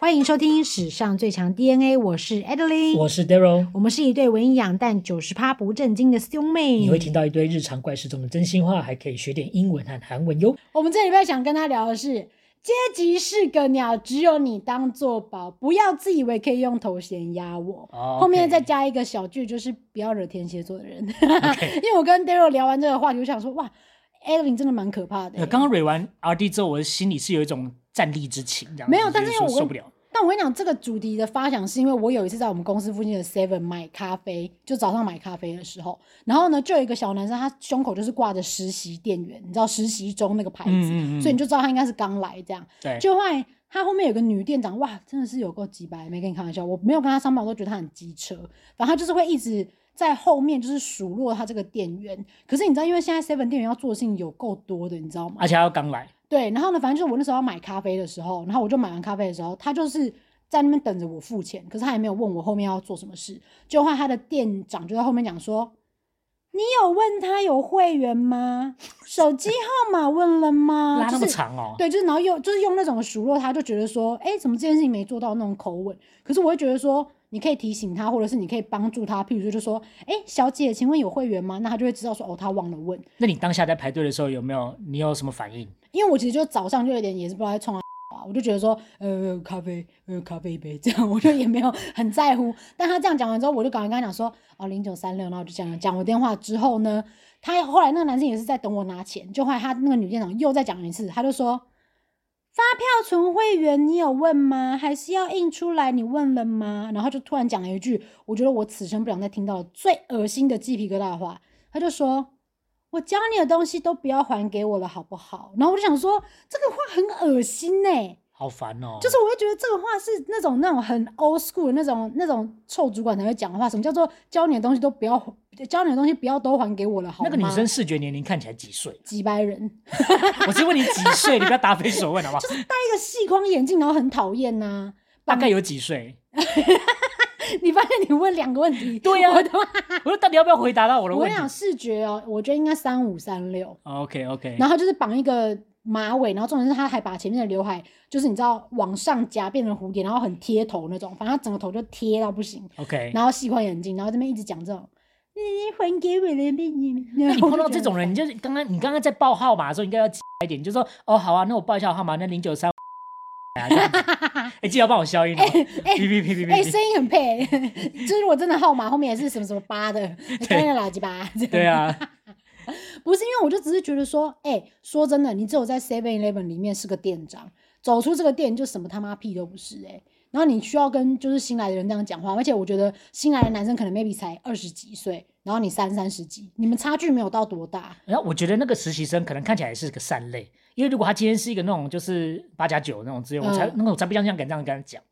欢迎收听史上最强 DNA，我是 Adeline，我是 Daryl，我们是一对文艺养但九十趴不正经的兄妹。你会听到一堆日常怪事中的真心话，还可以学点英文和韩文哟。我们这礼拜想跟他聊的是，阶级是个鸟，只有你当做宝，不要自以为可以用头衔压我。哦后面 OK 再加一个小句，就是不要惹天蝎座的人。 OK 因为我跟 Daryl 聊完这个话题，我想说，哇 a d e l i n 真的蛮可怕的、呃，刚刚蕊完 R D 之后，我的心里是有一种战栗之情，这样没有就但是说我受不了。但我跟你讲，这个主题的发想是因为我有一次在我们公司附近的 Seven 买咖啡，就早上买咖啡的时候，然后呢，就有一个小男生，他胸口就是挂着实习店员，你知道实习中那个牌子，嗯嗯嗯所以你就知道他应该是刚来这样。对，就后来他后面有个女店长，哇，真的是有够鸡白，没跟你开玩笑，我没有跟他上班，我都觉得他很机车。反正他就是会一直在后面就是数落他这个店员。可是你知道，因为现在 Seven 店员要做的事情有够多的，你知道吗？而且还要刚来，对，然后呢，反正就是我那时候要买咖啡的时候，然后我就买完咖啡的时候，他就是在那边等着我付钱，可是他也没有问我后面要做什么事。就话他的店长就在后面讲说：“你有问他有会员吗？手机号码问了吗？”拉就那么是长哦。对，就是然后又就是用那种数落他，就觉得说，哎，怎么这件事情没做到那种口吻？可是我会觉得说，你可以提醒他，或者是你可以帮助他，譬如说就说，哎，小姐，请问有会员吗？那他就会知道说，哦，他忘了问。那你当下在排队的时候有没有你有什么反应？因为我其实就早上就有点也是不知道在冲啊，我就觉得说，呃，咖啡，呃，咖啡一杯这样，我就也没有很在乎。但他这样讲完之后，我就赶快跟他讲说，哦，零九三六，然后我就讲讲我电话之后呢，他后来那个男生也是在等我拿钱，就后来他那个女店长又再讲一次，他就说。发票存会员，你有问吗？还是要印出来？你问了吗？然后就突然讲了一句，我觉得我此生不想再听到最恶心的鸡皮疙瘩的话。他就说：“我教你的东西都不要还给我了，好不好？”然后我就想说，这个话很恶心呢、好烦哦。就是我会觉得这个话是那种那种很 old school 的那种那种臭主管才会讲的话。什么叫做教你的东西都不要，教你的东西不要都还给我了，好那吗？？个女生视觉年龄看起来几岁 几百人，我是问你几岁，你不要答非所 问好不好？戴一个细框眼镜，然后很讨厌呐、 大概有几岁？你发现你问两个问题，对啊呀我的话，我说到底要不要回答到我的我跟问你讲题哦视觉哦，我觉得应该三五三六， ？OK OK，然后就是绑一个马尾，然后重点是他还把前面的刘海，就是你知道往上夹变成蝴蝶，然后很贴头那种，反正他整个头就贴到不行， OK。然后细框眼镜，然后这边一直讲这种，你还给我的命运。那你 你碰到这种人，你就是刚刚你刚刚在报号码的时候，你应该要一点，你就说哦好啊，那我报一下我号码，那零九三。哎，这样子 哎记得要帮我消音哦。哎哔哔哔哔哎、哔哔。声音很配、 就是如果真的号码后面也是什么什么八 的，看那个垃圾吧。这样对啊，不是因为我就只是觉得说，哎、说真的，你只有在 Seven Eleven 里面是个店长，走出这个店就什么他妈屁都不是哎、然后你需要跟就是新来的人这样讲话，而且我觉得新来的男生可能 maybe 才二十几岁，然后你三三十几，你们差距没有到多大。然后我觉得那个实习生可能看起来也是个善类，因为如果他今天是一个那种就是八加九那种职业，我才嗯那种才不相信敢这样跟他讲。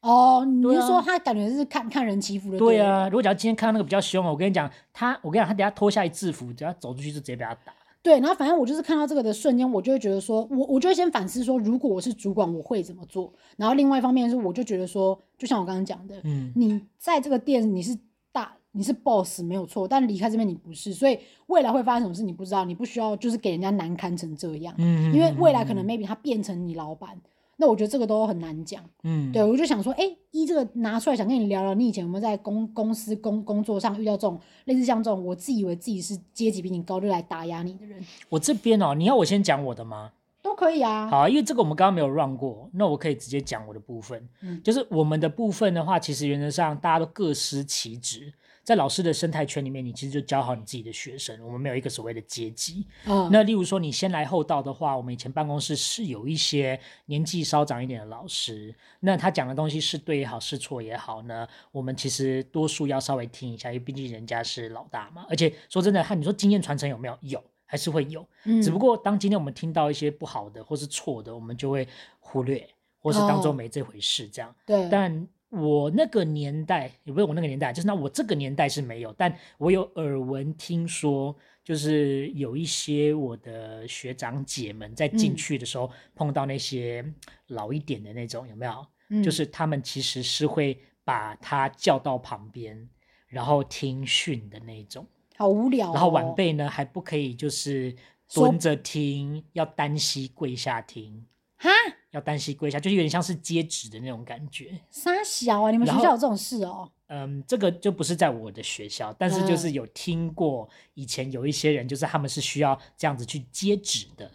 哦，你对啊就说他感觉是看看人欺负的，对，啊，如果假如今天看到那个比较凶哦，我跟你讲，他我跟你讲，他等下脱下一制服，只要走出去就直接被他打。对，然后反正我就是看到这个的瞬间，我就会觉得说，我我就会先反思说，如果我是主管，我会怎么做。然后另外一方面是，我就觉得说，就像我刚刚讲的，嗯，你在这个店你是大，你是 boss 没有错，但离开这边你不是，所以未来会发生什么事你不知道，你不需要就是给人家难堪成这样，嗯因为未来可能 maybe 他变成你老板，那我觉得这个都很难讲。嗯对，我就想说，哎、一这个拿出来想跟你聊聊，你以前有没有在公公司工工作上遇到这种类似像这种我自以为自己是阶级比你高就来打压你的人，我这边哦，你要我先讲我的吗？都可以啊。好啊，因为这个我们刚刚没有 run 过，那我可以直接讲我的部分。嗯就是我们的部分的话，其实原则上大家都各司其职。在老师的生态圈里面，你其实就教好你自己的学生。我们没有一个所谓的阶级。嗯，那例如说，你先来后到的话，我们以前办公室是有一些年纪稍长一点的老师，那他讲的东西是对也好，是错也好呢，我们其实多数要稍微听一下，因为毕竟人家是老大嘛。而且说真的，他你说经验传承有没有？有，还是会有。嗯只不过当今天我们听到一些不好的或是错的，我们就会忽略，或是当做哦没这回事这样。对，但我那个年代，也不是我那个年代，就是那我这个年代是没有，但我有耳闻听说，就是有一些我的学长姐们在进嗯去的时候、碰到那些老一点的那种，有没有？嗯就是他们其实是会把他叫到旁边，然后听训的那种。好无聊、哦。然后晚辈呢还不可以就是说蹲着听，要单膝跪下听，哈，要单膝跪下，就是有点像是接旨的那种感觉。傻小啊！你们学然后校有这种事哦？嗯，这个就不是在我的学校，但是就是嗯有听过以前有一些人，就是他们是需要这样子去接旨的，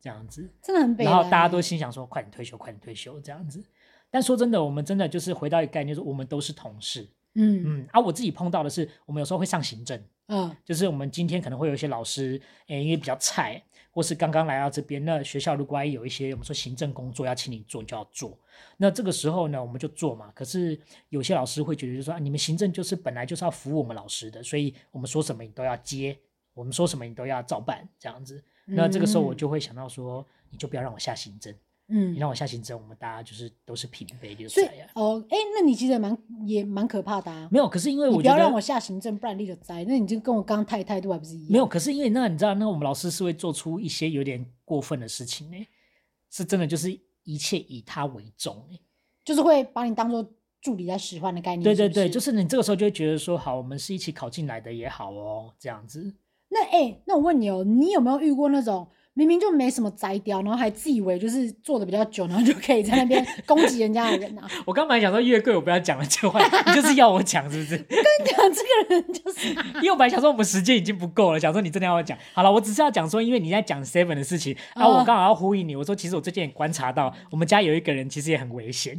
这样子。真的很北然后蓝大家欸都心想说，快点退休，快点退休这样子。但说真的，我们真的就是回到一个概念，就是我们都是同事。嗯嗯，啊，我自己碰到的是，我们有时候会上行政，嗯就是我们今天可能会有一些老师，诶、因为比较菜，或是刚刚来到这边，那学校如果还有一些我们说行政工作要请你做，你就要做。那这个时候呢，我们就做嘛。可是有些老师会觉得，就是说、啊、你们行政就是本来就是要服务我们老师的，所以我们说什么你都要接，我们说什么你都要照办这样子。那这个时候我嗯就会想到说，你就不要让我下行政，你嗯，让我下行政，我们大家就是都是平辈，就是所以这样。哦，哎、那你其实也蛮也蛮可怕的啊。啊没有，可是因为你我不觉要得让我下行政，不然你就栽。那你就跟我刚刚态态度还不是一样？没有，，可是因为那你知道，那我们老师是会做出一些有点过分的事情呢、是真的就是一切以他为重、欸。就是会把你当做助理在使唤的概念。对是对不对，就是是你这个时候就会觉得说，好，我们是一起考进来的也好哦，这样子。那哎、欸那我问你哦，你有没有遇过那种明明就没什么摘掉，然后还自以为就是做的比较久，然后就可以在那边攻击人家的 人啊？我刚本来想说月桂，我不要讲了这话，你就是要我讲是不是？跟你讲，这个人就是啊因为我本来想说我们时间已经不够了，想说你真的要我讲。好了，我只是要讲说，因为你在讲 Seven 的事情，啊，哦我刚好要呼应你，我说其实我最近也观察到，我们家有一个人其实也很危险，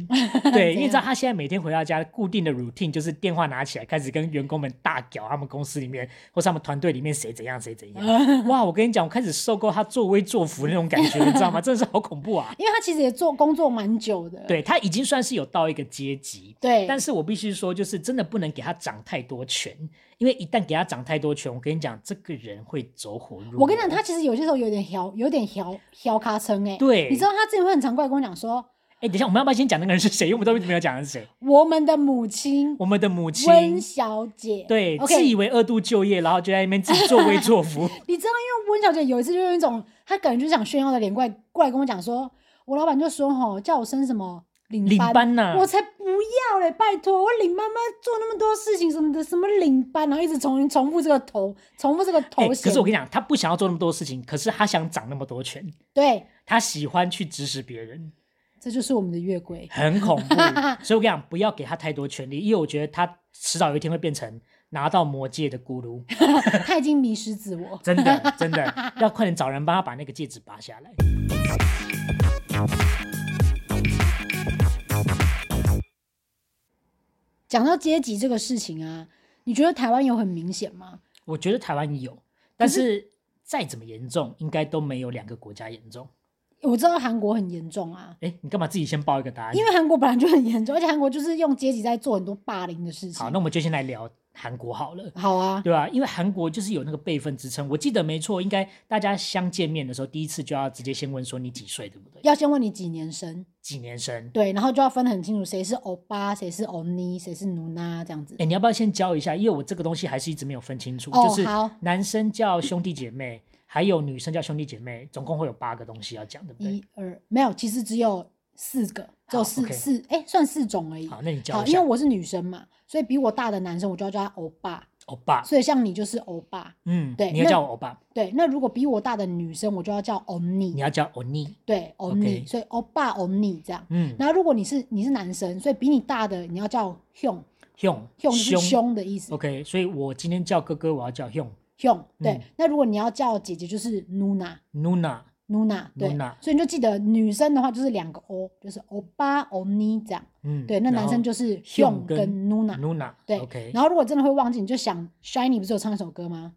对，因为知道他现在每天回到家固定的 routine 就是电话拿起来开始跟员工们大屌，他们公司里面或是他们团队里面谁怎样谁怎样。哇，我跟你讲，我开始受够他作威作福那种感觉，你知道吗？真的是好恐怖 啊！因为他其实也做工作蛮久的。对他已经算是有到一个阶级，对，但是我必须说，就是真的不能给他长太多权，因为一旦给他长太多权，我跟你讲，这个人会走火入魔。我跟你讲，他其实有些时候有点摇，有点摇摇咖称哎。对你知道他之前会很常过来跟我讲说，哎、等一下，我们要不要先讲那个人是谁？因为我们都没有讲是谁，我们的母亲我们的母亲。温小姐。对，OK，自以为二度就业，然后就在那边自己作威作 福。你知道，因为温小姐有一次就用一种她感觉就是想炫耀的脸过来过来跟我讲说，我老板就说吼叫我升什么领领班啊呐、我才不要嘞！拜托，我领班班做那么多事情什么的，什么领班，然后一直重重复这个头，重复这个哎、头衔。可是我跟你讲，他不想要做那么多事情，可是他想掌那么多权，对，他喜欢去指使别人，这就是我们的月桂。很恐 怖。所以我跟你讲，不要给他太多权利，因为我觉得他迟早有一天会变成拿到魔戒的咕噜。他已经迷失自我。真的 真的要快点找人帮他把那个戒指拔下来。讲到阶级这个事情啊，你觉得台湾有很明显吗？我觉得台湾有，但是再怎么严重，应该都没有两个国家严重。我知道韩国很严重啊，哎，你干嘛自己先报一个答案？因为韩国本来就很严重，而且韩国就是用阶级在做很多霸凌的事情。好，那我们就先来聊韩国好了。好啊，对啊，因为韩国就是有那个辈分支撑，我记得没错，应该大家相见面的时候，第一次就要直接先问说你几岁，对不对？要先问你几年生，几年生？对，然后就要分得很清楚谁是欧巴，谁是欧尼，谁是努娜这样子。哎，你要不要先教一下？因为我这个东西还是一直没有分清楚，哦就是好男生叫兄弟姐妹，还有女生叫兄弟姐妹，总共会有八个东西要讲，对不对？一二没有，其实只有四个，只有好四，OK 四，哎、算四种而已。好，那你教好，一因下为。我是女生嘛，所以比我大的男生我就要叫他欧巴，欧巴，所以像你就是欧巴。嗯，对你要那叫我欧巴，对，那如果比我大的女生，我就要叫欧你尼。要叫欧尼，对，欧尼 OK 所以欧巴欧尼这样。嗯，然后如果你是你是男生，所以比你大的你要叫 hyung，用 hyung 就是凶的意思 o k 所以我今天叫哥哥，我要叫用 hyung。对，嗯那如果你要叫姐姐就是 nuna。 Nuna， Nuna，对 Nuna 所以你就记得女生的话就是两个 O，就是欧巴、欧尼这样。嗯，对，那然男生后就是，hyung Hyung 跟跟 Nuna。 Nuna，对，OK，然后如果真的会忘记，你就想 Shiny 不是有唱一首歌吗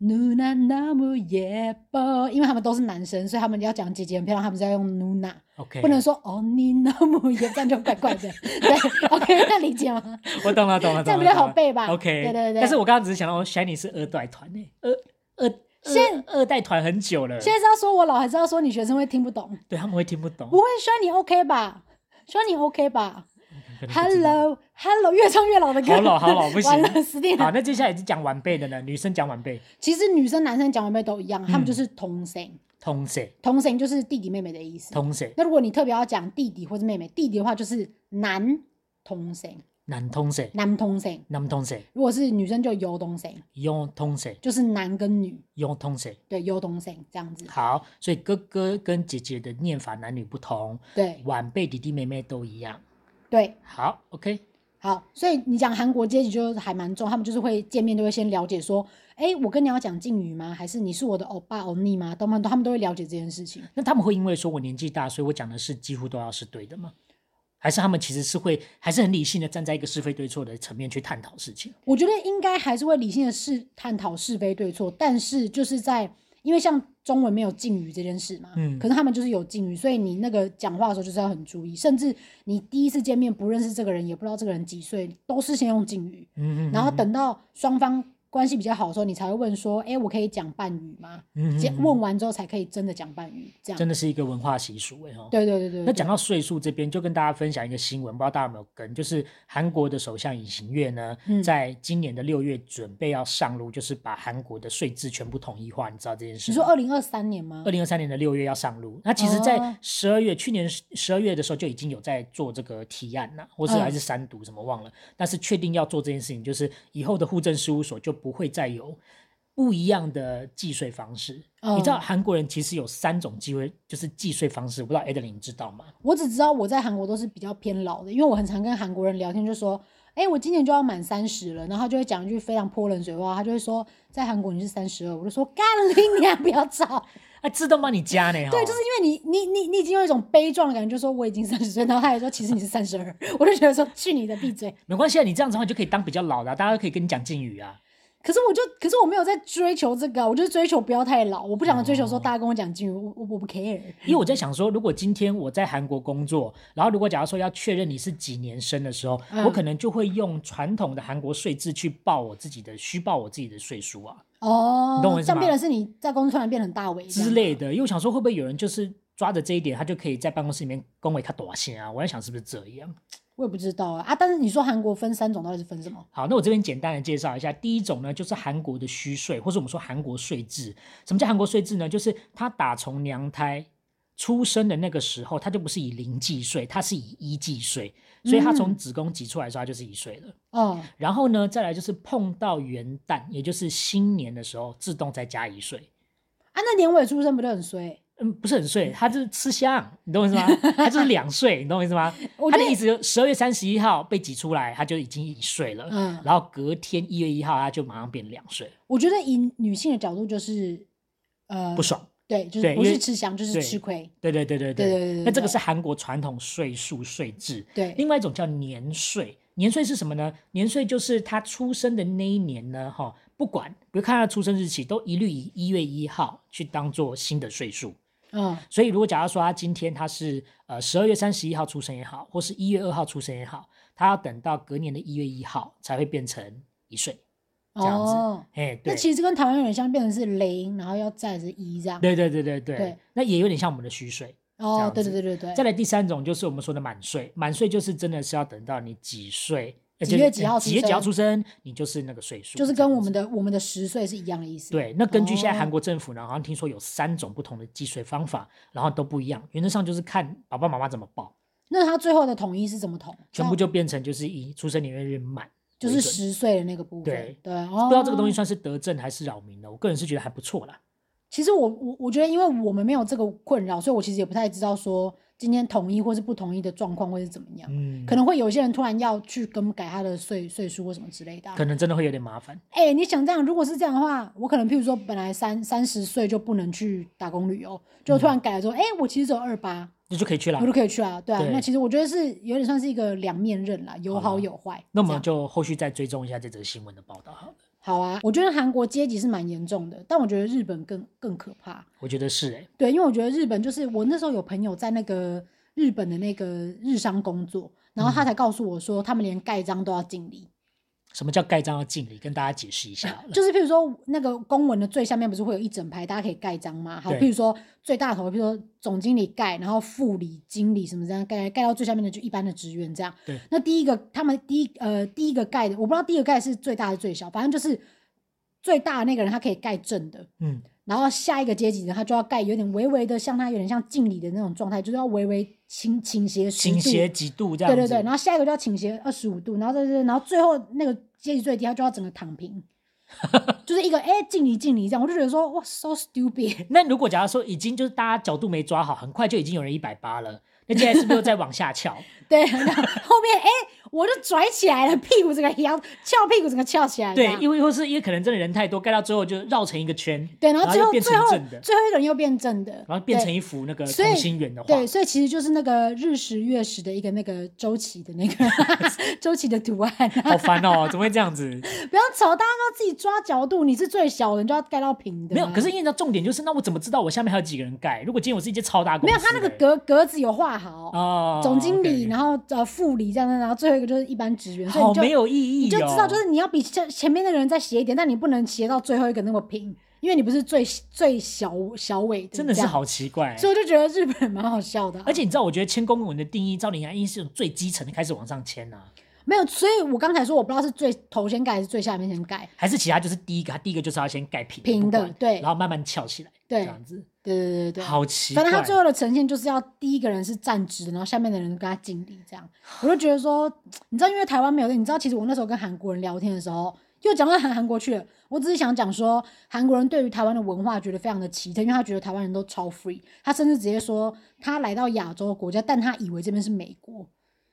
？Nuna那么예뻐，因为他们都是男生，所以他们要讲姐姐很漂亮，他们是要用 Nuna， OK，不能说哦你那么예뻐，这样就怪 怪的。对，OK，那理解吗？我懂了，懂了，这样懂比了较好懂了背吧，OK，对对对但是我刚刚只是想到，Shiny 是二代团诶，二二现二二代团很久了，现在是要说我老，还是要说你学生会听不懂？对他们会听不懂不会，Shiny OK 吧？Shiny OK 吧可能不知道？Hello Hello，越唱越老的歌，好老好老不完行了，死定好，了。那接下来是讲晚辈的呢，女生讲晚辈，其实女生男生讲完辈都一样，他们嗯就是同性，同谁同性就是弟弟妹妹的意思。同谁那如果你特别要讲弟弟或者妹妹，弟弟的话就是男同性，男同谁，男同性，男同谁，如果是女生就优同性，用同谁，就是男跟女，用同谁。对，优同性这样子。好，所以哥哥跟姐姐的念法男女不同，对晚辈弟弟妹妹都一样。对，好，OK，好，所以你讲韩国阶级就是还蛮重，他们就是会见面都会先了解说，哎，我跟你要讲敬语吗？还是你是我的欧巴欧尼吗？他们他们都会了解这件事情。那他们会因为说我年纪大，所以我讲的是几乎都要是对的吗？还是他们其实是会，还是很理性的站在一个是非对错的层面去探讨事情？我觉得应该还是会理性的是探讨是非对错，但是就是在因为像中文没有敬语这件事嘛，嗯可是他们就是有敬语，所以你那个讲话的时候就是要很注意，甚至你第一次见面不认识这个人，也不知道这个人几岁，都是先用敬语，嗯然后，等到双方关系比较好的时候，你才会问说，哎，我可以讲半语吗？嗯结嗯嗯问完之后才可以真的讲半语，这样真。的是一个文化习俗哎、哦。对对对对，那对讲到岁数这边，就跟大家分享一个新闻，不知道大家有没有跟，就是韩国的首相尹锡月呢，嗯在今年的六月准备要上路，就是把韩国的税制全部统一化，你知道这件事你吗？说二零二三年吗二？零二三年的六月要上路，那其实，在哦十二月、去年十二月的时候就已经有在做这个提案了，或是嗯还是三读什么忘了，但是确定要做这件事情，就是以后的户政事务所就不会再有不一样的计税方式。你知道嗯韩国人其实有三种计税，就是计税方式，我不知道 Adeline 你知道吗？我只知道我在韩国都是比较偏老的，因为我很常跟韩国人聊天，就说，哎、我今年就要满三十了，然后他就会讲一句非常泼冷水话，他就会说，在韩国你是三十二，我就说干你娘，不要 吵，啊，自动帮你加呢？对，齁就是因为你你你你已经有一种悲壮的感觉，就说我已经三十岁，然后他还说其实你是三十二，我就觉得说去你的，闭嘴。没关系啊，你这样子的话你就可以当比较老的、啊，大家都可以跟你讲敬语啊。可是我就，可是我没有在追求这个啊，我就是追求不要太老，我不想追哦求说大家跟我讲敬语，我我我不 care。因为我在想说，如果今天我在韩国工作，然后如果假如说要确认你是几年生的时候，嗯我可能就会用传统的韩国税制去报我自己的虚报我自己的税数啊哦，你懂我意思这样吗变得是你在公司突然变得很大尾之类的。因为我想说，会不会有人就是抓着这一点，他就可以在办公室里面恭维他多些啊？我在想是不是这样。我也不知道啊啊！但是你说韩国分三种，到底是分什么？好，那我这边简单的介绍一下，第一种呢就是韩国的虚税，或是我们说韩国税制。什么叫韩国税制呢？就是他打从娘胎出生的那个时候，他就不是以零计税，他是以一计税，所以他从嗯子宫挤出来的时候，他就是一岁了。哦，然后呢，再来就是碰到元旦，也就是新年的时候，自动再加一岁。啊，那年尾出生不就很衰？嗯，不是很岁，他就是吃香，你懂我意思吗？他就是两岁，你懂我意思吗？ 我他觉的得，意思就十二月三十一号被挤出来，他就已经一岁了。嗯，然后隔天一月一号，他就马上变两岁，我觉得以女性的角度就是，呃，不，爽。对，就对是不因是为吃香就是对吃亏，对对对对对对对对那这个对是韩国传统税数税制，对，另外一种叫年税。年税是什么呢？年税就是他出生的那一年呢，哈、不管比如看他的出生日期，都一律以一月一号去当做新的税数。嗯所以如果假如说他今天他是呃十二月三十一号出生也好，或是一月二号出生也好，他要等到隔年的一月一号才会变成一岁。这样子哦，哎，那对，其实跟台湾有点像，变成是零，然后要再是一这样。对对对对对，对那也有点像我们的虚岁。这哦样，对子对对对再对，来第三种就是我们说的满岁，满岁就是真的是要等到你几岁，呃几就是月几号呃几月出几号生出生，你就是那个岁数，就是这样跟我们子。的我们的十岁是一样的意思。，对，那根据现在哦韩国政府呢，好像听说有三种不同的计税方法，然后都不一样。原则上就是看爸爸妈妈怎么哦报，那他最后的统一是怎么统？全部这样就变成就是以出生年月日满就为是准十岁的那个部分。对对，哦，不知道这个东西算是德政还是扰民呢？我个人是觉得还不错啦。其实我我我觉得，因为我们没有这个困扰，所以我其实也不太知道说今天统一或是不统一的状况会是怎么样。嗯，可能会有一些人突然要去更改他的岁岁数或什么之类的、啊可。能真的会有点麻烦。哎、你想这样，如果是这样的话，我可能譬如说本来三三十岁就不能去打工旅游，就嗯突然改了说，哎、我其实只有二八，那就可以去啦我。就可以去啊。对啊，对那其实我觉得是有点算是一个两面刃啦，有好好啦有坏。那我这样们就后续再追踪一下这则新闻的报道好了。好啊，我觉得韩国阶级是蛮严重的，但我觉得日本更更可怕。我觉得是哎、对，因为我觉得日本就是我那时候有朋友在那个日本的那个日商工作，然后他才告诉我说，他们连盖章都要敬礼，什么叫盖章要敬礼？跟大家解释一下好了。就是譬如说那个公文的最下面不是会有一整排，大家可以盖章吗？好，对譬如说最大头，譬如说总经理盖，然后副理、经理什么这样盖，盖到最下面的就一般的职员这样对。那第一个他们第一呃第一个盖的，我不知道第一个盖是最大还是最小，反正就是最大的那个人他可以盖正的，嗯，然后下一个阶级呢，他就要盖有点微微的，像他有点像敬礼的那种状态，就是要微微倾倾斜十倾度，斜几度这样对子，对对，然后下一个就要倾斜二十五度，然后再然后最后那个阶级最低，他就要整个躺 平，就是一个哎敬礼敬礼这样，我就觉得说哇 so stupid， 那如果假如说已经就是大家角度没抓好，很快就已经有人一百八了，那现在是不是又在往下 翘？对，然后后面哎我就拽起来了，屁股整个摇翘屁股整个翘起来这对样，，因为或是因为可能真的人太多，盖到最后就绕成一个圈，对，然后最又后变成最后正的，最后一个人又变正的，然后变对成一幅那个所以同心圆的画对，。所以其实就是那个日食月食的一个那个周期的那个 周期的图案、啊好烦哦，怎么会这 样子？不要吵，大家都自己抓角度，你是最小的，你就要盖到平的、啊没有，可是因为你知道重点就是，那我怎么知道我下面还有几个人盖？如果今天我是一间超大公没司有欸，他那个格格子有画好，哦，总经理， OK，然后呃副理这样，然后最后一个就是一般职员，所以好你就没有意义，哦你就知道，就是你要比前前面那个人再斜一点，但你不能斜到最后一个那么平，因为你不是最最小小尾的，真的这是样。好奇怪。所以我就觉得日本人蛮好笑的啊、而且你知道，我觉得签公文的定义，照理应该是从最基层的开始往上签啊，没有，所以我刚才说我不知道是最头先盖还是最下面先盖，还是其他就是第一个，他第一个就是要先盖平平不的管对然后慢慢翘起来，对这样子，对对对对对，好奇怪。反正他最后的呈现就是要第一个人是站直的，然后下面的人跟他敬礼，这样我就觉得说，你知道，因为台湾没有，你知道，其实我那时候跟韩国人聊天的时候，又讲到韩韩国去了，我只是想讲说，韩国人对于台湾的文化觉得非常的奇特，因为他觉得台湾人都超 free，他甚至直接说他来到亚洲国家，但他以为这边是美国，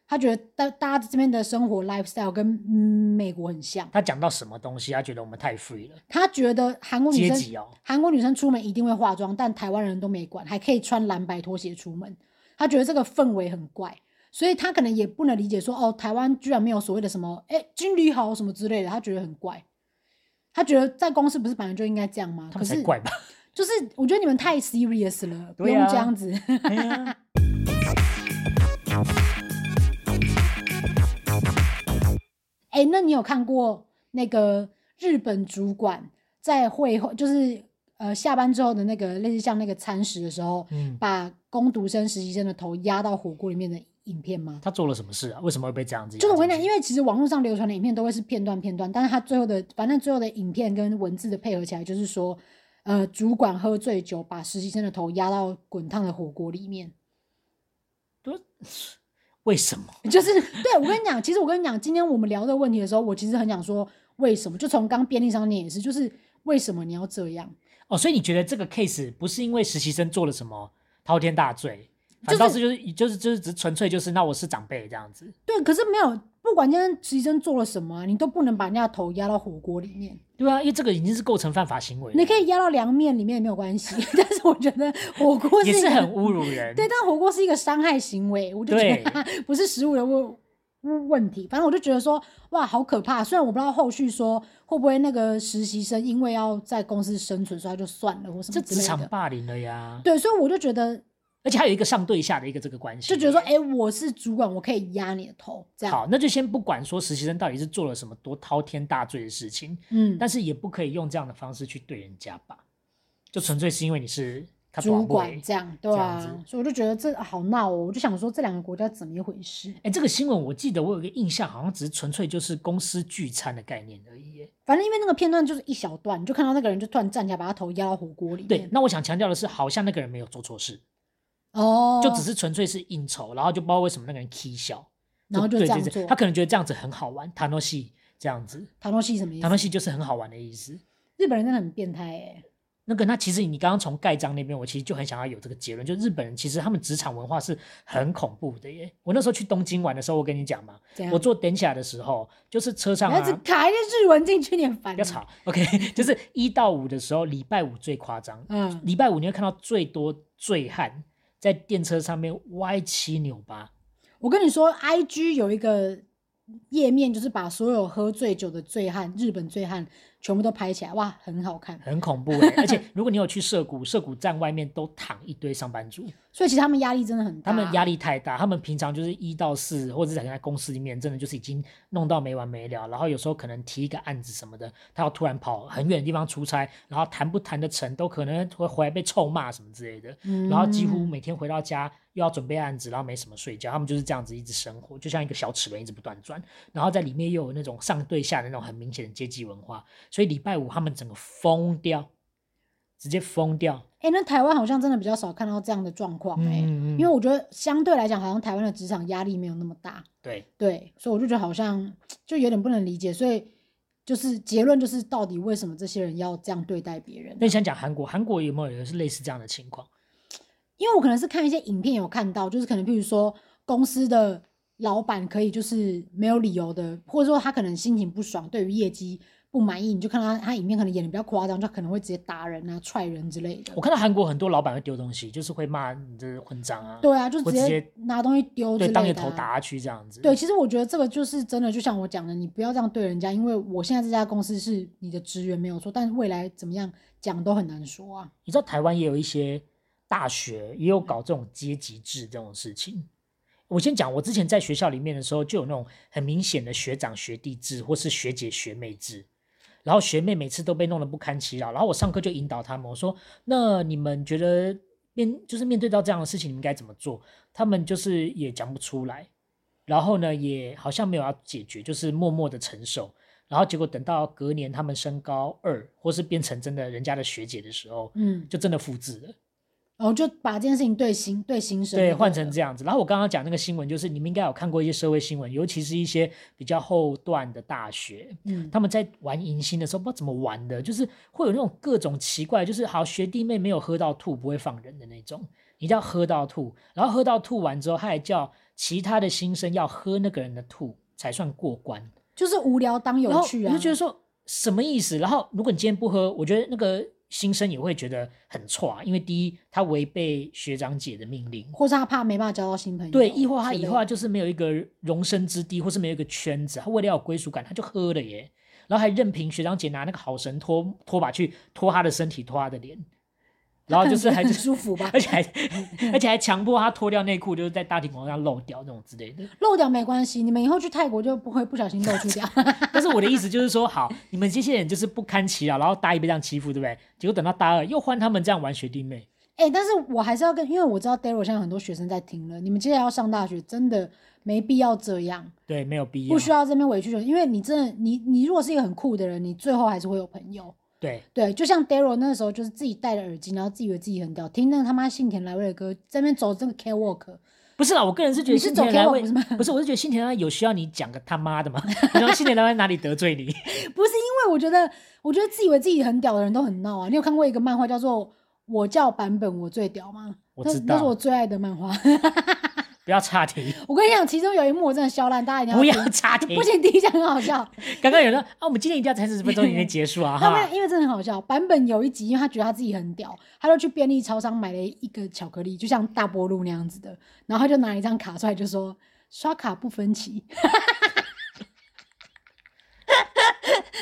他觉得大大家这边的生活 lifestyle 跟、嗯、美国很像，他讲到什么东西，他觉得我们太 free 了，他觉得韩国女阶生级哦，韩国女生出门一定会化妆，但台湾人都没管，还可以穿蓝白拖鞋出门。他觉得这个氛围很怪，所以他可能也不能理解说，哦，台湾居然没有所谓的什么，哎，军旅好什么之类的，他觉得很怪。他觉得在公司不是本来就应该这样吗？他可们才是怪吧？ 就是我觉得你们太 serious 了，不对用啊这样子。 哎呀哎，那你有看过那个日本主管在会后，就是呃下班之后的那个类似像那个餐食的时候，嗯，把工读生、实习生的头压到火锅里面的影片吗？他做了什么事啊？为什么会被这样子压进去？就是我跟你讲，因为其实网络上流传的影片都会是片段片段，但是他最后的反正最后的影片跟文字的配合起来，就是说，呃，主管喝醉酒把实习生的头压到滚烫的火锅里面， 为什么？就是对我跟你讲，其实我跟你讲，今天我们聊这个问题的时候，我其实很想说为什么，就从刚便利商店也是，就是为什么你要这样？哦，所以你觉得这个 case 不是因为实习生做了什么滔天大罪，就反倒是就是就是就是只纯粹就是那我是长辈这样子。对，可是没有，不管今天实习生做了什么啊、你都不能把人家的头压到火锅里面。对啊，因为这个已经是构成犯法行为了，你可以压到凉面里面也没有关系， 但是我觉得火锅也一是个很侮辱 人。对，但火锅是一个伤害行为，我就觉得对它 不是食物的问问问题。反正我就觉得说，哇，好可怕！虽然我不知道后续说会不会那个实习生因为要在公司生存，所以他就算了或什这么之职类场的。霸凌了呀，对，所以我就觉得，而且还有一个上对下的一个这个关系，就觉得说，哎、我是主管，我可以压你的头，这样。好，那就先不管说实习生到底是做了什么多滔天大罪的事情，嗯，但是也不可以用这样的方式去对人家吧，就纯粹是因为你是他主管这样。样，对这样啊子。所以我就觉得这好闹哦，我就想说这两个国家怎么一回事？哎，这个新闻我记得我有一个印象，好像只是纯粹就是公司聚餐的概念而已耶。反正因为那个片段就是一小段，你就看到那个人就突然站起来，把他头压到火锅里面。对，那我想强调的是，好像那个人没有做错事，哦，就只是纯粹是应酬，然后就不知道为什么那个人 k 笑，然后就对这样对做他可能觉得这样子很好玩，塔诺戏这样子，唐诺西什么意塔诺思？戏就是很好玩的意思。日本人真的很变态哎、那个，那其实你刚刚从盖章那边，我其实就很想要有这个结论，就日本人其实他们职场文化是很恐怖的耶。我那时候去东京玩的时候，我跟你讲嘛，怎样？我坐等起来的时候，就是车上啊你要只啊，卡一些日文进去，你很烦。不要。吵，OK，就是 一到五的时候，礼拜五最夸张，嗯，礼拜五你会看到最多醉汉在电车上面歪七扭八，我跟你说，IG 有一个页面，就是把所有喝醉酒的醉汉、日本醉汉全部都拍起来，哇，很好看。欸很恐怖耶。而且如果你有去涩谷，涩谷站外面都躺一堆上班族，所以其实他们压力真的很大。他们压力太大，他们平常就是一到四，或者是在公司里面，真的就是已经弄到没完没了。然后有时候可能提一个案子什么的，他要突然跑很远的地方出差，然后谈不谈得成，都可能会回来被臭骂什么之类的。嗯，然后几乎每天回到家又要准备案子，然后没什么睡觉，他们就是这样子一直生活，就像一个小齿轮一直不断转。然后在里面又有那种上对下的那种很明显的阶级文化，所以礼拜五他们整个疯掉，直接疯掉。哎、那台湾好像真的比较少看到这样的状况哎、嗯嗯嗯因为我觉得相对来讲，好像台湾的职场压力没有那么大，对对，所以我就觉得好像就有点不能理解，所以就是结论就是到底为什么这些人要这样对待别人啊？那你想讲韩国，韩国有没有也是类似这样的情况？因为我可能是看一些影片有看到，就是可能譬如说公司的老板可以就是没有理由的，或者说他可能心情不爽，对于业绩不满意，你就看到他他影片可能演的比较夸张，就可能会直接打人啊、踹人之类的我。看到韩国很多老板会丢东西，就是会骂你这混账啊，对啊，就我直直接接拿东西丢之对，当你类头的、打啊。下去这样子。对，其实我觉得这个就是真的，就像我讲的，你不要这样对人家，因为我现在这家公司是你的职员没有错，但是未来怎么样讲都很难说啊。你知道台湾也有一些大学也有搞这种阶级制这种事情。我先讲，我之前在学校里面的时候，就有那种很明显的学长学弟制，或是学姐学妹制。然后学妹每次都被弄得不堪其扰，然后我上课就引导他们，我说：“那你们觉得面就是面对到这样的事情，你们该怎么做？”他们就是也讲不出来，然后呢，也好像没有要解决，就是默默的承受。然后结果等到隔年他们升高二，或是变成真的人家的学姐的时候，嗯，就真的复制了，然后就把这件事情对新对新生对，就换了成这样子。然后我刚刚讲那个新闻，就是你们应该有看过一些社会新闻，尤其是一些比较后段的大学，嗯，他们在玩迎新的时候，不知道怎么玩的，就是会有那种各种奇怪，就是好学弟妹没有喝到吐不会放人的那种，一定要喝到吐，然后喝到吐完之后，他还叫其他的新生要喝那个人的吐才算过关。就是无聊当有然后趣我啊。就觉得说什么意思？然后如果你今天不喝，我觉得那个新生也会觉得很错，因为第一，他违背学长姐的命令。或是他怕没办法交到新朋友之对，哦类的，亦或他以后他就是没有一个容身之地，或是没有一个圈子，他为了要有归属感，他就喝了耶，然后还任凭学长姐拿那个好绳拖拖把去拖他的身体，拖他的脸，然后就是 他还可能觉得就很 舒服吧而，且还而且还强迫他脱掉内裤，就是在大庭广众下漏掉那种之类的。漏掉没关系，你们以后去泰国就不会不小心漏出掉。 但是我的意思就是说，好，你们这些人就是不堪其扰，然后大一被这样欺负，对不对？结果等到大二又换他们这样玩学弟妹，哎、但是我还是要跟，因为我知道 Daryl 现在很多学生在听了，你们接下来要上大学，真的没必要这样，对，没有必要，不需要这边委屈人，因为你真的，你你如果是一个很酷的人，你最后还是会有朋友。对，对，就像 Daryl 那时候就是自己戴着耳机，然后自己以为自己很屌，听那个他妈信田来未的歌，在那边走这个 K walk，不是啦，我个人是觉你得是新田走来 catwalk 未不是吗 不是，我是觉得新田来未有需要你讲个他妈的吗？然后新田来未哪里得罪你？不是因为我觉得，我觉得自以为自己很屌的人都很闹啊。你有看过一个漫画叫做《我叫版本我最屌》吗？我那知那是道我最爱的漫画。 不要岔题，我跟你讲，其中有一幕我真的笑烂，大家一定不要要听 岔题不。行，第一下很好笑。刚刚有人说啊，我们今天一定要三十分钟以内结束啊！ 他们哈，因为真的很好笑，版本有一集，因为他觉得他自己很屌，他就去便利超商买了一个巧克力，就像大波路那样子的，然后他就拿一张卡出来，就说刷卡不分期。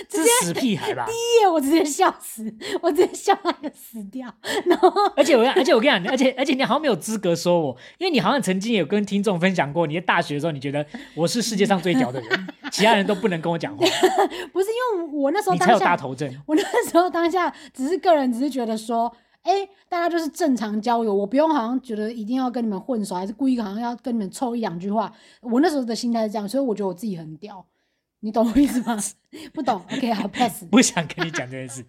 这是死屁 孩吧？耶！我直接笑死，我直接笑到要死掉。然后而且我要，而且我跟你讲，而且而且你好像没有资格说我，因为你好像曾经有跟听众分享过，你在大学的时候，你觉得我是世界上最屌 的人，其他人都不能跟我讲话，不是因为我那时候你当才下有大头症。我那时候当下只是个人，只是觉得说，哎、大家就是正常交友，我不用好像觉得一定要跟你们混熟，还是故意好像要跟你们凑一两句话。我那时候的心态是这样，所以我觉得我自己很屌，你懂我意思吗？ 不懂，OK，好 pass。不想跟你讲这件事，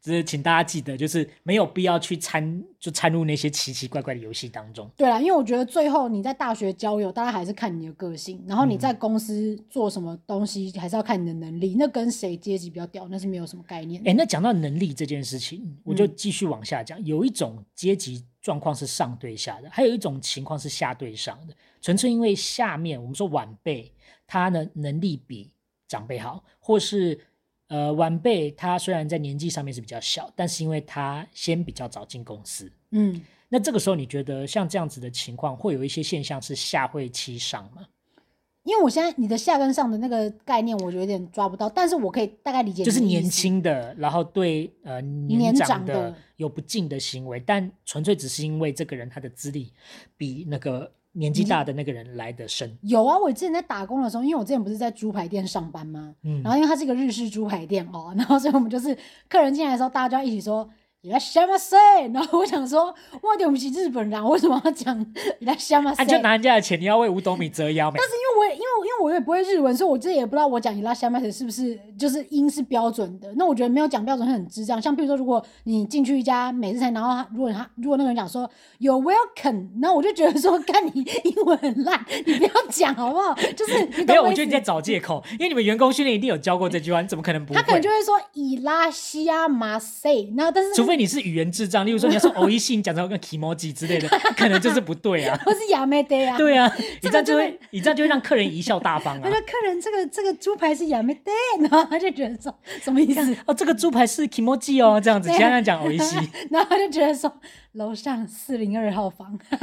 只是请大家记得，就是没有必要去参就参入那些奇奇怪怪的游戏当中。对啊啦，因为我觉得最后你在大学交友，大家还是看你的个性，然后你嗯在公司做什么东西，还是要看你的能力。那跟谁阶级比较屌，那是没有什么概念的。哎，那讲到能力这件事情，我就嗯继续往下讲。有一种阶级状况是上对下的，还有一种情况是下对上的，纯粹因为下面我们说晚辈他呢能力比长辈好，或是呃晚辈他虽然在年纪上面是比较小，但是因为他先比较早进公司，嗯，那这个时候你觉得像这样子的情况，会有一些现象是下会欺上吗？因为我现在你的下跟上的那个概念，我有点抓不到，但是我可以大概理解你就的是意年思，轻的，然后对呃年年长长的的有不敬的行为，但纯粹只是因为这个人他的资历比那个年纪大的那个人来的深。有啊，我之前在打工的时候，因为我之前不是在猪排店上班吗？嗯，然后因为它是一个日式猪排店哦，然后所以我们就是客人进来的时候，大家就要一起说。你来什么谁？然后我想说，哇，对，我们是日本人，啊为什么要讲 你来什么啊，谁？你就拿人家的钱，你要为五斗米折腰没？但是因为我也因为我因为我也不会日文，所以我这也不知道我讲伊拉夏麦特是不是就是音是标准的。那我觉得没有讲标准会很智障。像比如说，如果你进去一家美式餐，然后他如果他如果那个人讲说 “You're welcome”，那我就觉得说，看你英文很烂，你不要讲好不好？就是你 没懂有，我我意觉得你思在找借口，因为你们员工训练一定有教过这句话，你怎么可能不会？他可能就会说伊拉西亚马塞，然后但是除非你是语言智障，例如说你要说偶一性，讲成个 emoji 之类的，可能就是不对啊。我是亚美德啊，对啊，这你这样个就就会，你这样就会让客人贻笑大方他 啊说。客人这个这个猪排是亚美德，然后他就觉得说什么意思？哦，这个猪排是 emoji 哦，这样子，对啊其他人讲偶一性。然后他就觉得说楼上四零二号房，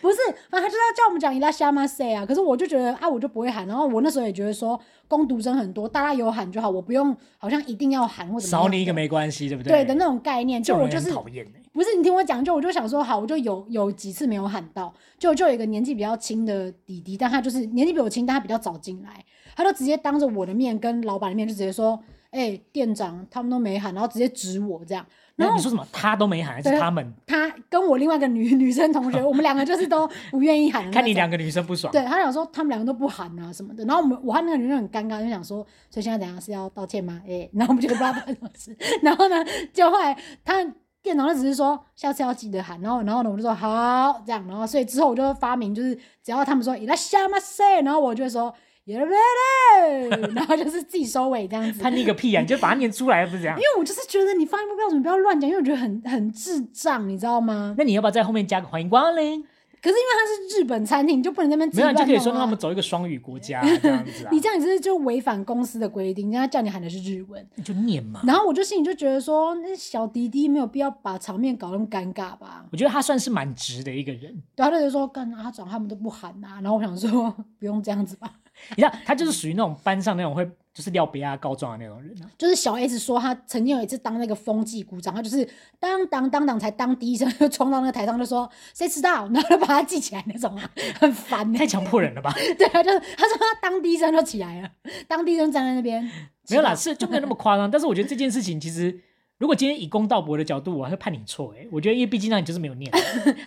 不是，反正他就是要叫我们讲伊拉夏马塞啊。可是我就觉得啊，我就不会喊。然后我那时候也觉得说，攻读生很多，大家有喊就好，我不用好像一定要喊或者少你一个没关系，对不对对的那种概念。这就种我人就很是讨厌欸不是你听我讲，就我就想说，好，我就有有几次没有喊到，就就有一个年纪比较轻的弟弟，但他就是年纪比我轻，但他比较早进来，他就直接当着我的面跟老板的面就直接说，哎、店长他们都没喊，然后直接指我这样，然那后你说什么？他都没喊，还是对啊他们？他跟我另外一个女 女生同学，我们两个就是都不愿意喊嗯的那种。哦看你两个女生不爽，对他想说他们两个都不喊啊什么的，然后我们我和那个女生很尴尬，就想说，所以现在怎样是要道歉吗？哎、 然后我们就不知道发生什么事， 然后呢，就后来他店长就只是说下次要记得喊，然后然后呢我就说好这样，然后所以之后我就发明就是只要他们说伊拉夏马塞，然后我就会说耶嘞， 然后就是自己收尾这样子。叛逆个屁呀！你就把它念出来，不是这样因？为我就是觉得你发音不标准，不要乱讲，因为我觉得很很智障，你知道吗？那你要不要在后面加个欢迎光临？可是因为它是日本餐厅，你就不能在那边自没己有，你就可以乱说弄让啊他们走一个双语国家 啊这样子啊你，这样你是就违反公司的规定，人家叫你喊的是日文。你就念嘛。然后我就心里就觉得说，那小迪迪没有必要把场面搞那么尴尬吧？我觉得他算是蛮直的一个人，对，他就觉得说，干啊，他长他们都不喊啊。然后我想说，不用这样子吧。你看他就是属于那种班上那种会就是撩别啊告状的那种 人啊。就是小 S 说，她曾经有一次当那个风纪鼓掌，她就是当当当当才当第一声，就冲到那个台上就说谁知道，然后就把他记起来那种啊，很烦呢、太强迫人了 吧？对啊，就是他说他当第一声就起来了，当第一声站在那边，没有啦，知是就没有那么夸张。但是我觉得这件事情其实，如果今天以公道博的角度，我还会判你错。哎，我觉得因为毕竟那你就是没有念。道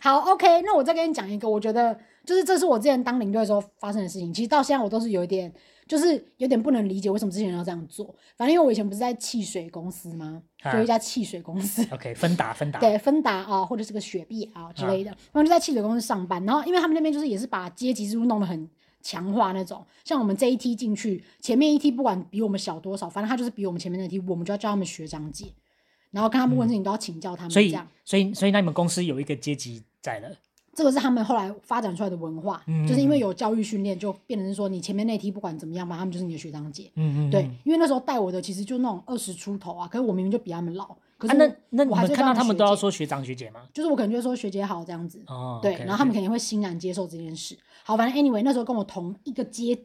好，OK，那我再跟你讲一个，我觉得就是这是我之前当领队的时候发生的事情，其实到现在我都是有一点，就是有点不能理解为什么之前要这样做。反正因为我以前不是在汽水公司吗？啊就一家汽水公 司， OK，分打分打。对，芬达啊，或者是个雪碧啊之类的，他们就在汽水公司上班。然后，因为他们那边就是也是把阶级制度弄得很强化那种，像我们这一梯进去，前面一梯不管比我们小多少，反正他就是比我们前面那梯，我们就要叫他们学长姐，然后跟他们问事情都要请教他们，嗯所这以样。所以所以那你们公司有一个阶级在了。这个是他们后来发展出来的文化，嗯就是因为有教育训练，就变成是说你前面那梯不管怎么样嘛，他们就是你的学长姐。嗯嗯，对嗯。，因为那时候带我的其实就那种二十出头啊，可是我明明就比他们老，可啊是我、那那你我还们是会看到叫他们学都要姐，说学长学姐吗？就是我可能就会说学姐好这样子，哦，对 OK，然后他们 OK 肯定会欣然接受这件事。好，反正 anyway，那时候跟我同一个阶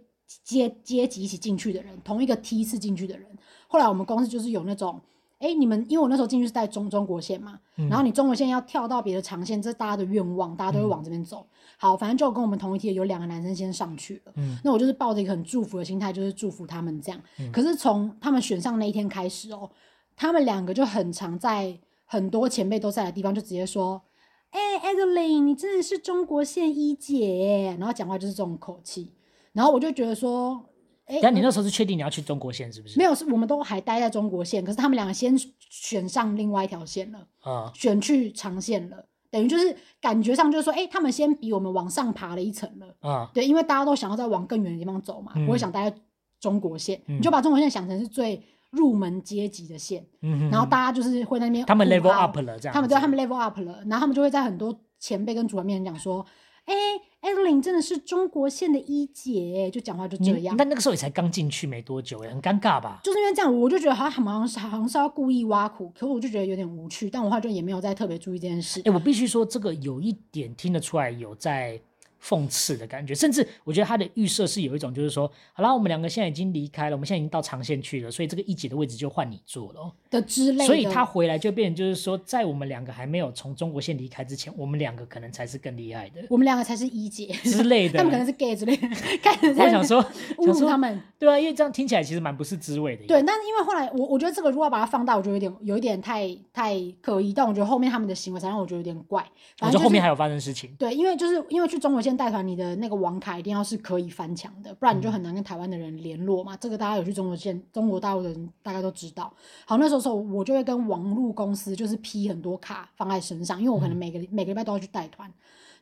阶阶级一起进去的人，同一个梯次进去的人，后来我们公司就是有那种，哎，你们因为我那时候进去是带中中国线嘛，嗯然后你中国线要跳到别的长线，这是大家的愿望，大家嗯都会往这边走。好，反正就跟我们同一梯的有两个男生先上去了，嗯那我就是抱着一个很祝福的心态，就是祝福他们这样。可是从他们选上那一天开始哦，他们两个就很常在很多前辈都在的地方，就直接说：“哎、a d e l i n e 你真的是中国线一姐耶。”然后讲话就是这种口气，然后我就觉得说：“哎、但你那时候是确定你要去中国线是不是？没有，是我们都还待在中国线，可是他们两个先选上另外一条线了，啊，选去长线了，等于就是感觉上就是说，哎、他们先比我们往上爬了一层了。”啊，对，因为大家都想要再往更远的地方走嘛，不会想待在中国线，嗯你就把中国线想成是最入门阶级的线，嗯哼，然后大家就是会在那边他们互 level 凹 up 了，这样子，他们对他们 level up 了，然后他们就会在很多前辈跟主管面前讲说，哎、艾 l i n 真的是中国线的一姐，欸就讲话就这你样。嗯但那个时候也才刚进去没多久，哎，很尴尬吧？就是因为这样，我就觉得好像好像是好像是要故意挖苦，可我就觉得有点无哎趣，但我后来就也没有再特别注意这件事。哎，我必须说这个有一点听得出来有在讽刺的感觉，甚至我觉得他的预设是有一种就是说，好啦，我们两个现在已经离开了，我们现在已经到长线去了，所以这个一姐的位置就换你坐了哦。的之类的。所以他回来就变成就是说，在我们两个还没有从中国线离开之前，我们两个可能才是更 厉害的我们两个才是一姐，之类的。他们可能是 gay 之类的，开始在我想 说，侮想辱说他们。对啊，因为这样听起来其实蛮不是滋味的。对，，但是因为后来我我觉得这个如果要把它放大，我就有点有一点太太刻意，但我觉得后面他们的行为才让我觉得有点怪。我反正、觉得就是、后面还有发生事情。对，因为就是因为去中国线带团，你的那个网卡一定要是可以翻墙的，不然你就很难跟台湾的人联络嘛。这个大家有去中国线、中国大陆的人大概都知道。好，那时候时候我就会跟网络公司就是批很多卡放在身上，因为我可能每个、每个礼拜都要去带团。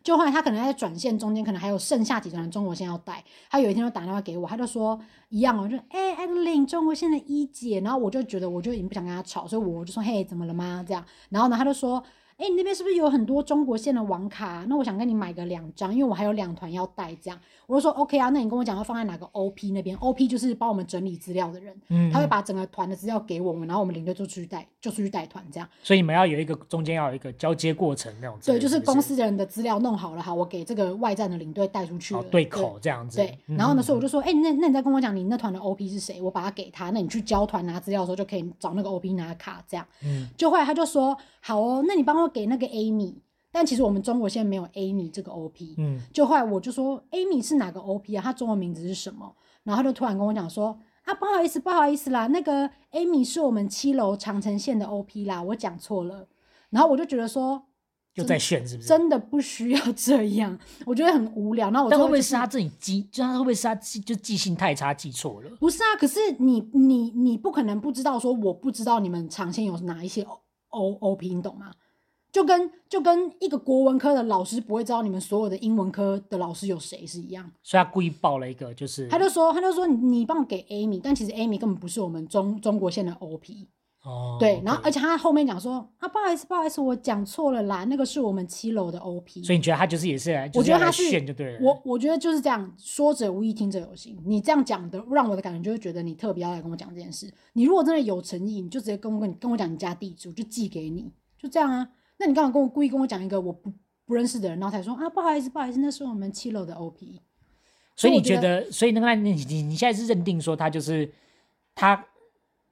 就后来他可能在转线中间，可能还有剩下几团的中国线要带。他有一天就打电话给我，他就说一样哦，就哎、艾 a d e l i n 中国线的一姐。然后我就觉得我就已经不想跟他吵，所以我就说嘿，怎么了吗？这样，然后呢，他就说。哎、你那边是不是有很多中国线的网卡？啊那我想跟你买个两张，因为我还有两团要带，这样我就说 OK 啊，那你跟我讲要放在哪个 OP 那边，OP 就是帮我们整理资料的人，嗯他会把整个团的资料给我们，然后我们领队就出去带，就出去带团这样。所以你们要有一个中间要有一个交接过程那种之类对，就的。是不公司的人的资料弄好了，好，我给这个外站的领队带出去了哦，对嗯口这样子。对，然后呢，所以说我就说，哎、那那你再跟我讲你那团的 OP 是谁，我把它给他，那你去交团拿资料的时候就可以找那个 OP 拿卡这样。嗯就后来他就说，好哦，那你帮我给那个 Amy，但其实我们中国现在没有 Amy 这个 OP，、嗯，就后来我就说，Amy 是哪个 OP 啊？她中文名字是什么？然后她就突然跟我讲说，啊，不好意思，不好意思啦，那个 Amy 是我们七楼长城线的 OP 啦，我讲错了。然后我就觉得说，又在炫是不是？真的不需要这样，我觉得很无聊。那我但最会后不会就是他自己记？就他会不会是他记就记性太差，记错了？不是啊，可是你你你不可能不知道说我不知道你们长线有哪一些 O O O P，你懂吗？就跟就跟一个国文科的老师不会知道你们所有的英文科的老师有谁是一样。所以他故意报了一个，就是他就说他就说你你帮我给 Amy，但其实 Amy 根本不是我们中中国线的 OP。哦，对，然后 OK 而且他后面讲说啊，不好意思不好意思，我讲错了啦，那个是我们七楼的 OP。所以你觉得他就是也是来，我就是觉得要来他是炫就对了。我我觉得就是这样，说者无意，听者有心。你这样讲的，让我的感觉就是觉得你特别要来跟我讲这件事。你如果真的有诚意，你就直接跟我跟你跟我讲你家地址，我就寄给你，就这样啊。那你干嘛跟我故意跟我讲一个我不不认识的人，然后才说啊不好意思不好意思，那是我们七楼的 OP。所以我你觉觉得，所以那个你你你现在是认定说他就是他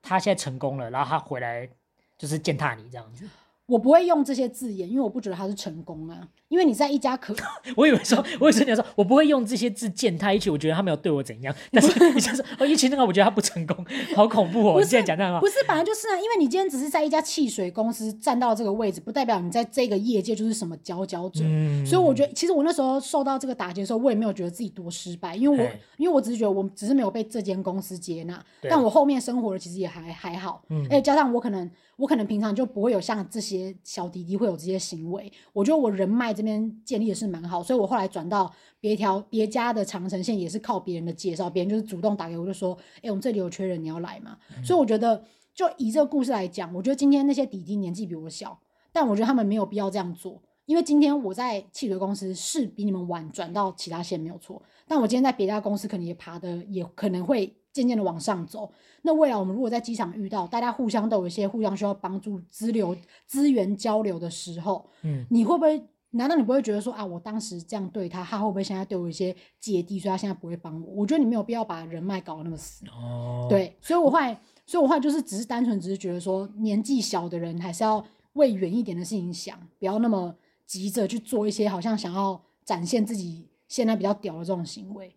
他现在成功了，然后他回来就是践踏你这样子。 我不会用这些字眼，因为我不觉得他是成功啊。因为你在一家可我以为说，我以为说你要说，我不会用这些字践踏一起，我觉得他没有对我怎样。但是你就是哦，一起那个我觉得他不成功，好恐怖哦！不你是现在讲这样的话不，是本来就是啊，因为你今天只是在一家汽水公司站到这个位置，不代表你在这个业界就是什么佼佼者。嗯所以我觉得，其实我那时候受到这个打击的时候，我也没有觉得自己多失败，因为我嘿因为我只是觉得我只是没有被这间公司接纳，对但我后面生活的其实也还还好，嗯而且加上我可能我可能平常就不会有像这些小弟弟会有这些行为，我觉得我人脉这边建立的是蛮好，所以我后来转到别条别家的长城线也是靠别人的介绍，别人就是主动打给我就说，哎、我们这里有缺人，你要来吗？嗯所以我觉得就以这个故事来讲，我觉得今天那些弟弟年纪比我小，但我觉得他们没有必要这样做，因为今天我在汽车公司是比你们晚转到其他线没有错，但我今天在别家公司可能也爬的也可能会渐渐的往上走。那未来我们如果在机场遇到大家互相都有一些互相需要帮助、资流资源交流的时候，嗯，你会不会？难道你不会觉得说啊，我当时这样对他，他会不会现在对我有一些芥蒂，所以他现在不会帮我？我觉得你没有必要把人脉搞得那么死。哦，对，所以我后来，所以我后来就是只是单纯只是觉得说，年纪小的人还是要为远一点的事情想，不要那么急着去做一些好像想要展现自己现在比较屌的这种行为。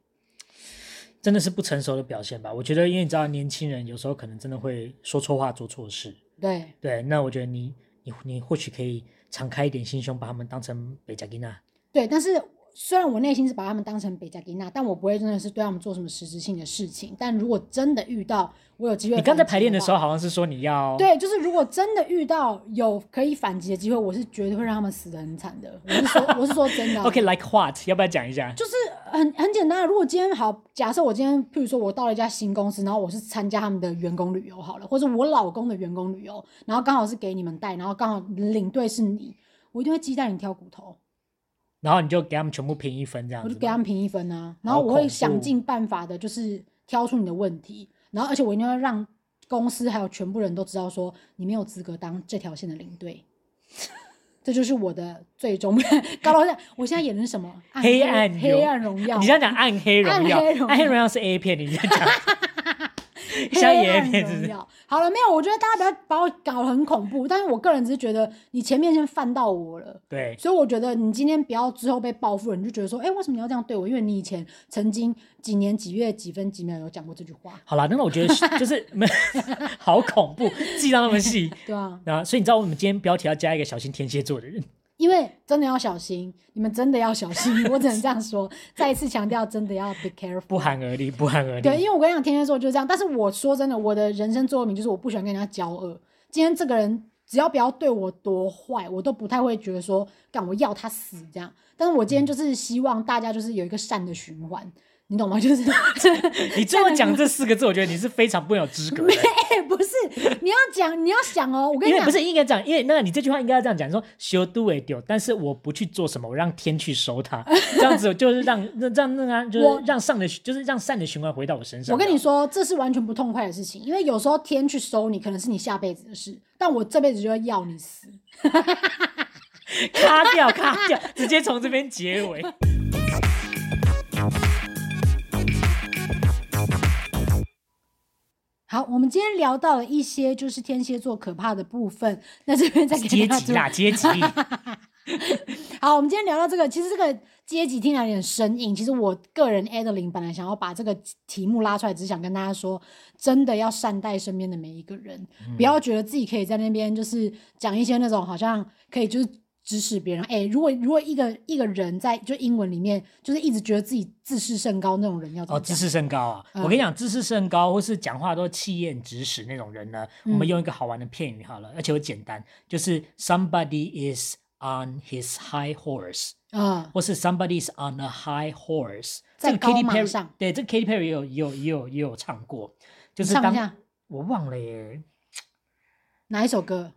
真的是不成熟的表现吧？我觉得，因为你知道，年轻人有时候可能真的会说错话、做错事。对，对，那我觉得你你你或许可以敞开一点心胸，把他们当成北加吉娜。对，但是虽然我内心是把他们当成北加吉娜，但我不会真的是对他们做什么实质性的事情。但如果真的遇到我有机会，你刚才排练的时候，好像是说你要对，啊就是如果真的遇到有可以反击的机会，我是绝对会让他们死的很惨的。我是说，我是说真 的啊。 OK，like、what？要不要讲一下？就是很很简单啊。如果今天好，假设我今天，譬如说我到了一家新公司，然后我是参加他们的员工旅游好了，或者我老公的员工旅游，然后刚好是给你们带，然后刚好领队是你，我一定会鸡蛋里挑骨头，然后你就给他们全部评一分这样我子就吗。给他们评一分啊，然好后我会恐怖想尽办法的，就是挑出你的问题，然后而且我一定要让公司还有全部人都知道说你没有资格当这条线的领队。 这就是我的最终 搞到现在，我现在演的是什么？暗黑暗黑流暗荣耀。你现在讲暗黑荣耀，暗黑荣耀暗黑荣耀是 A 片，你在 讲黑像 A 暗片是不荣是？耀。好了，没有，我觉得大家不要把我搞得很恐怖，但是我个人只是觉得你前面先犯到我了。对，所以我觉得你今天不要之后被报复了，你就觉得说，哎、为什么你要这样对我？因为你以前曾经几年几月几分几秒有讲过这句话，好啦，那我觉 得是就是 没好恐怖，记到那么细。对啊，那所以你知道我们今天标题要加一个小心天蝎座的人，因为真的要小心，你们真的要小心，我只能这样说，再一次强调，真的要 be careful。不寒而栗，不寒而栗。对，因为我跟你讲，天蝎座就是这样。但是我说真的，我的人生座右铭就是我不喜欢跟人家交恶。今天这个人只要不要对我多坏，我都不太会觉得说，干我要他死这样。但是我今嗯天就是希望大家就是有一个善的循环，你懂吗？就是 你最后讲这四个字，我觉得你是非常不有资格的。哎、不是，你要讲，你要想哦，我跟因你为讲，不是应该讲，因为那个你这句话应该要这样讲，说修都为丢，但是我不去做什么，我让天去收 它，这样子就是让让让让它就我是让上的就是让善的循环回到我身上。我跟你说，这是完全不痛快的事情，因为有时候天去收你，可能是你下辈子的事，但我这辈子就会要你死。卡掉卡掉，直接从这边结 尾。好，我们今天聊到了一些就是天蝎座可怕的部分，那这边再给阶大家级做啦，阶 级，哦好，我们今天聊到这个，其实这个阶级听起来有点生硬。其实我个人 Adeline 本来想要把这个题目拉出来，只想跟大家说，真的要善待身边的每一个人，嗯不要觉得自己可以在那边就是讲一些那种好像可以就是。指使别人，哎、如果如果一个一个人在就英文里面，就是一直觉得自己自视甚高那种人，要怎么哦，知讲？识甚高啊！嗯我跟你讲，知识甚高或是讲话都气焰直使那种人呢，嗯我们用一个好玩的片语好了，而且我简单，就是 somebody is on his high horse。啊、或是 somebody's on a high horse，在这个 Katy 高马 Perry 上对，这个 Katy Perry 也有也有也有也有唱过，就是唱一当下我忘了耶。哪一首歌？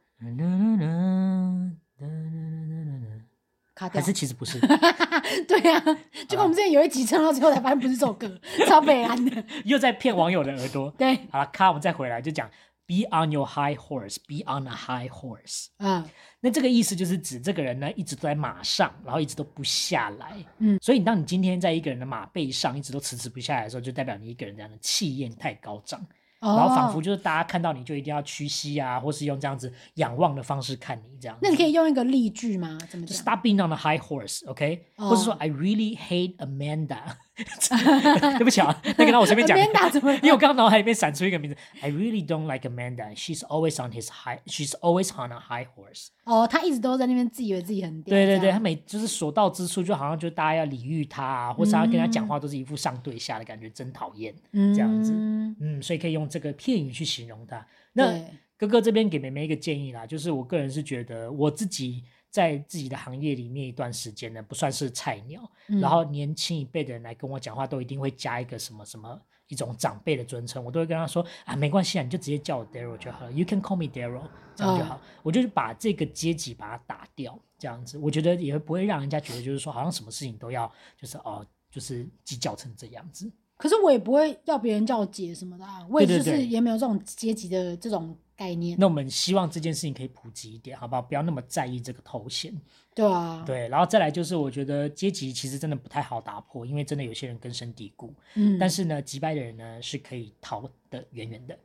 卡还掉是？其实不是， 对呀、啊，就跟我们之前有一集唱到最后才发现不是这首歌， 超北安的。又在骗网友的耳朵。对，好了，卡，我们再回来就讲 be on your high horse，be on a high horse。啊、那这个意思就是指这个人呢一直都在马上，然后一直都不下来。嗯，所以当你今天在一个人的马背上一直都迟迟不下来的时候，就代表你一个人这样的气焰太高涨。哦，然后仿佛就是大家看到你就一定要屈膝啊，或是用这样子仰望的方式看你这样。那你可以用一个例句吗？怎么就讲？ Stop being on a high horse，OK？、哦或是说 I really hate Amanda 。 对不起啊，那个让我随便 讲。Amanda 怎么了因为我刚刚脑海里面闪出一个名字，I really don't like Amanda. She's always on his high. She's always on a high horse. 哦，他一直都在那边自以为自己很屌。对对啊这对，样他，每就是所到之处，就好像就大家要礼遇他、啊，或是他跟他讲话都是一副上对下的感觉，真讨厌。嗯这样子嗯，所以可以用这个片语去形容他。那对哥哥这边给妹妹一个建议啦，就是我个人是觉得我自己在自己的行业里面一段时间呢，不算是菜鸟，嗯然后年轻一辈的人来跟我讲话，都一定会加一个什么什么。一种长辈的尊称，我都会跟他说啊，没关系啊，你就直接叫我 Daryl 就好了，You can call me Daryl，这样就好。我就是把这个阶级把它打掉，这样子，我觉得也不会让人家觉得就是说好像什么事情都要就是哦，就是计较成这样子。可是我也不会要别人叫我姐什么的啊，我也对就对是对也没有这种阶级的这种概念。那我们希望这件事情可以普及一点，好不好？不要那么在意这个头衔。对啊，对，然后再来就是，我觉得阶级其实真的不太好打破，因为真的有些人根深蒂固。嗯，但是呢，击败的人呢是可以逃得远远的。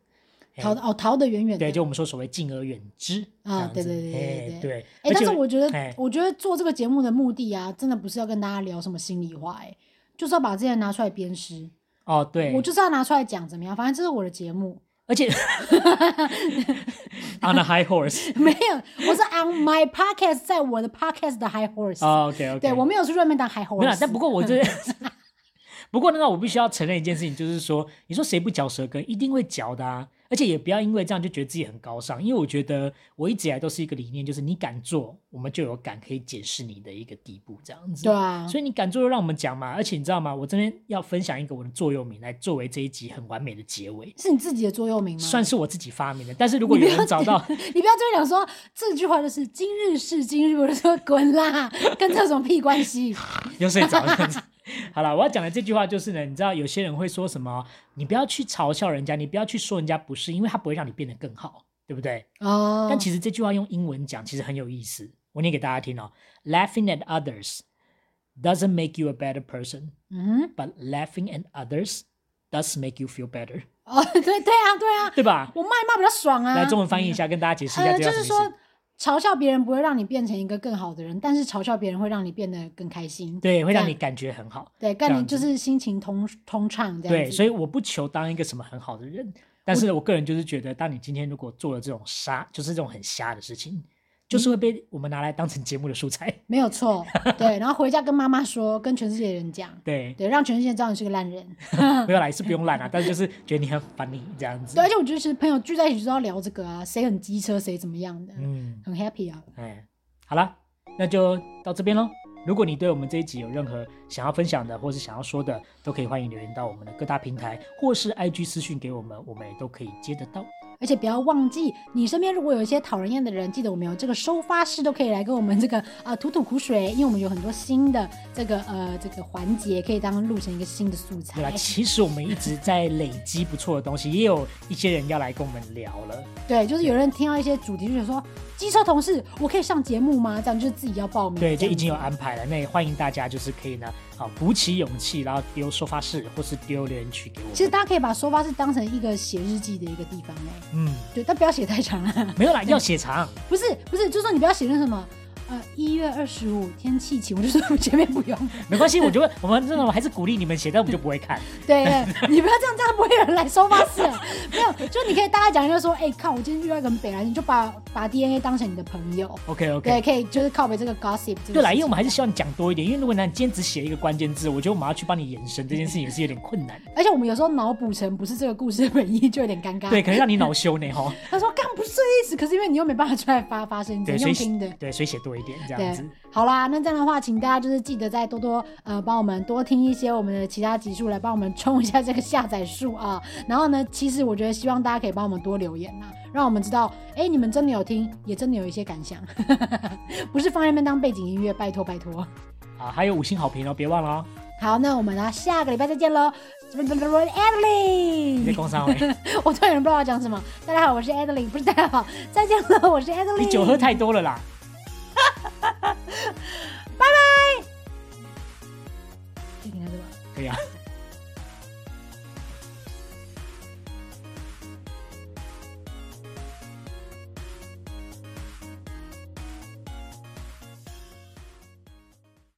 嘿逃得哦逃得远远的。哎对，就我们说所谓敬而远之啊这样对子对对对嘿对对。哎、而但且是我觉得嘿，我觉得做这个节目的目的啊，真的不是要跟大家聊什么心里话、哎，就是要把这些拿出来鞭尸。哦，对，我就是要拿出来讲怎么样，反正这是我的节目， 而且 on a high horse 没有，我是 on my podcast，在我的 podcast 的 high horse。哦。OK OK，对我没有去瑞面当 high 没 horse。有啦，但不过我这， 不过呢，我必须要承认一件事情，就是说，你说谁不嚼舌根，一定会嚼的啊。而且也不要因为这样就觉得自己很高尚，因为我觉得我一直以来都是一个理念，就是你敢做，我们就有敢可以检视你的一个地步，这样子。对啊，所以你敢做就让我们讲嘛。而且你知道吗？我这边要分享一个我的座右铭，来作为这一集很完美的结尾，是你自己的座右铭吗？算是我自己发明的。但是如果有人找到，你不要 这边讲说这句话就是今日是今日，我就说滚啦，跟这有什么屁关 系？又睡着了。好了，我要讲的这句话就是呢，你知道有些人会说什么？哦你不要去嘲笑人家，你不要去说人家不是，因为他不会让你变得更好，对不对？哦，但其实这句话用英文讲其实很有意思。我念给大家听哦：Laughing at others doesn't make you a better person, 嗯哼， but laughing at others does make you feel better， 哦，对对啊，对啊，对吧？我骂一骂比较爽啊。来，中文翻译一下，跟大家解释一下呃，这叫就什是么意思。说，嘲笑别人不会让你变成一个更好的人，但是嘲笑别人会让你变得更开心。对，会让这你样感觉很好。对，这让你样就子是心情通通畅这样对，子所以我不求当一个什么很好的人，但是我个人就是觉得，当你今天如果做了这种瞎，就是这种很瞎的事情，嗯就是会被我们拿来当成节目的素材。 没有错。对，然后回家跟妈妈说，跟全世界的人讲，对，对，让全世界知道你是个烂人。没有啦，也是不用懒啊，但是就是觉得你很烦你这样子嗯对，。而且我觉得其实朋友聚在一起就是要聊这个啊，谁很机车，谁怎么样的，嗯，很 happy 啊。哎，好啦，那就到这边喽。如果你对我们这一集有任何想要分享的，或是想要说的，都可以欢迎留言到我们的各大平台，或是 IG 私讯给我们，我们也都可以接得到。而且不要忘记，你身边如果有一些讨人厌的人，记得我们有这个收发室，都可以来跟我们这个啊、呃吐吐苦水，因为我们有很多新的这个呃这个环节，可以当录成一个新的素对啦，材。其实我们一直在累积不错的东西，也有一些人要来跟我们聊了。对，就是有人听到一些主题，就觉得说机车同事，我可以上节目吗？这样就是自己要报名。对，这就样已经有子安排了。那也欢迎大家就是可以呢，好鼓起勇气，然后丢收发室或是丢留言区给我其实们。大家可以把收发室当成一个写日记的一个地方哎、嗯，对，但不要写太长啊了。没有啦，要写 长。不是不是，就是说你不要写那什么，呃，一月二十五天气晴，我就说 前面不 用。没关系，我觉得我们这种还是鼓励你们写，但我们就不会看。对对，你不要这样，这样不会有人来收发室 了。没有，就你可以大家讲，就说，哎、看我今天遇到一个很北来，你就把把 DNA 当成你的朋友。 OK 对， OK。可以就是靠北这个 gossip 这个事情。对啦，因为我们还是希望你讲多一点，因为如果你今天只写一个关键字，我觉得我们要去帮你延伸这件事情也是有点困难。而且我们有时候脑补成不是这个故事的本意，就有点尴尬。对，可能让你恼羞呢 哈。他说干不是这意思，可是因为你又没办法出来发发声，你只对，能所以用听的。对，所以写多一点这样对子。，好啦，那这样的话，请大家就是记得再多多呃帮我们多听一些我们的其他集数，来帮我们冲一下这个下载数啊。然后呢，其实我觉得希望大家可以帮我们多留言呐、让我们知道，哎、你们真的有听，也真的有一些感想， 不是放在那边当背景音乐，拜托拜托。啊，还有五星好评哦，别忘了 哦。好，那我们呢下个礼拜再见喽 a d e l i 你 n 在 e 工商会， 我突然不知道要讲什么。大家好，我是 Adeline，不是大家好，再见了，我是 Adeline。你酒喝太多了啦。可以跟他对吧？可以啊。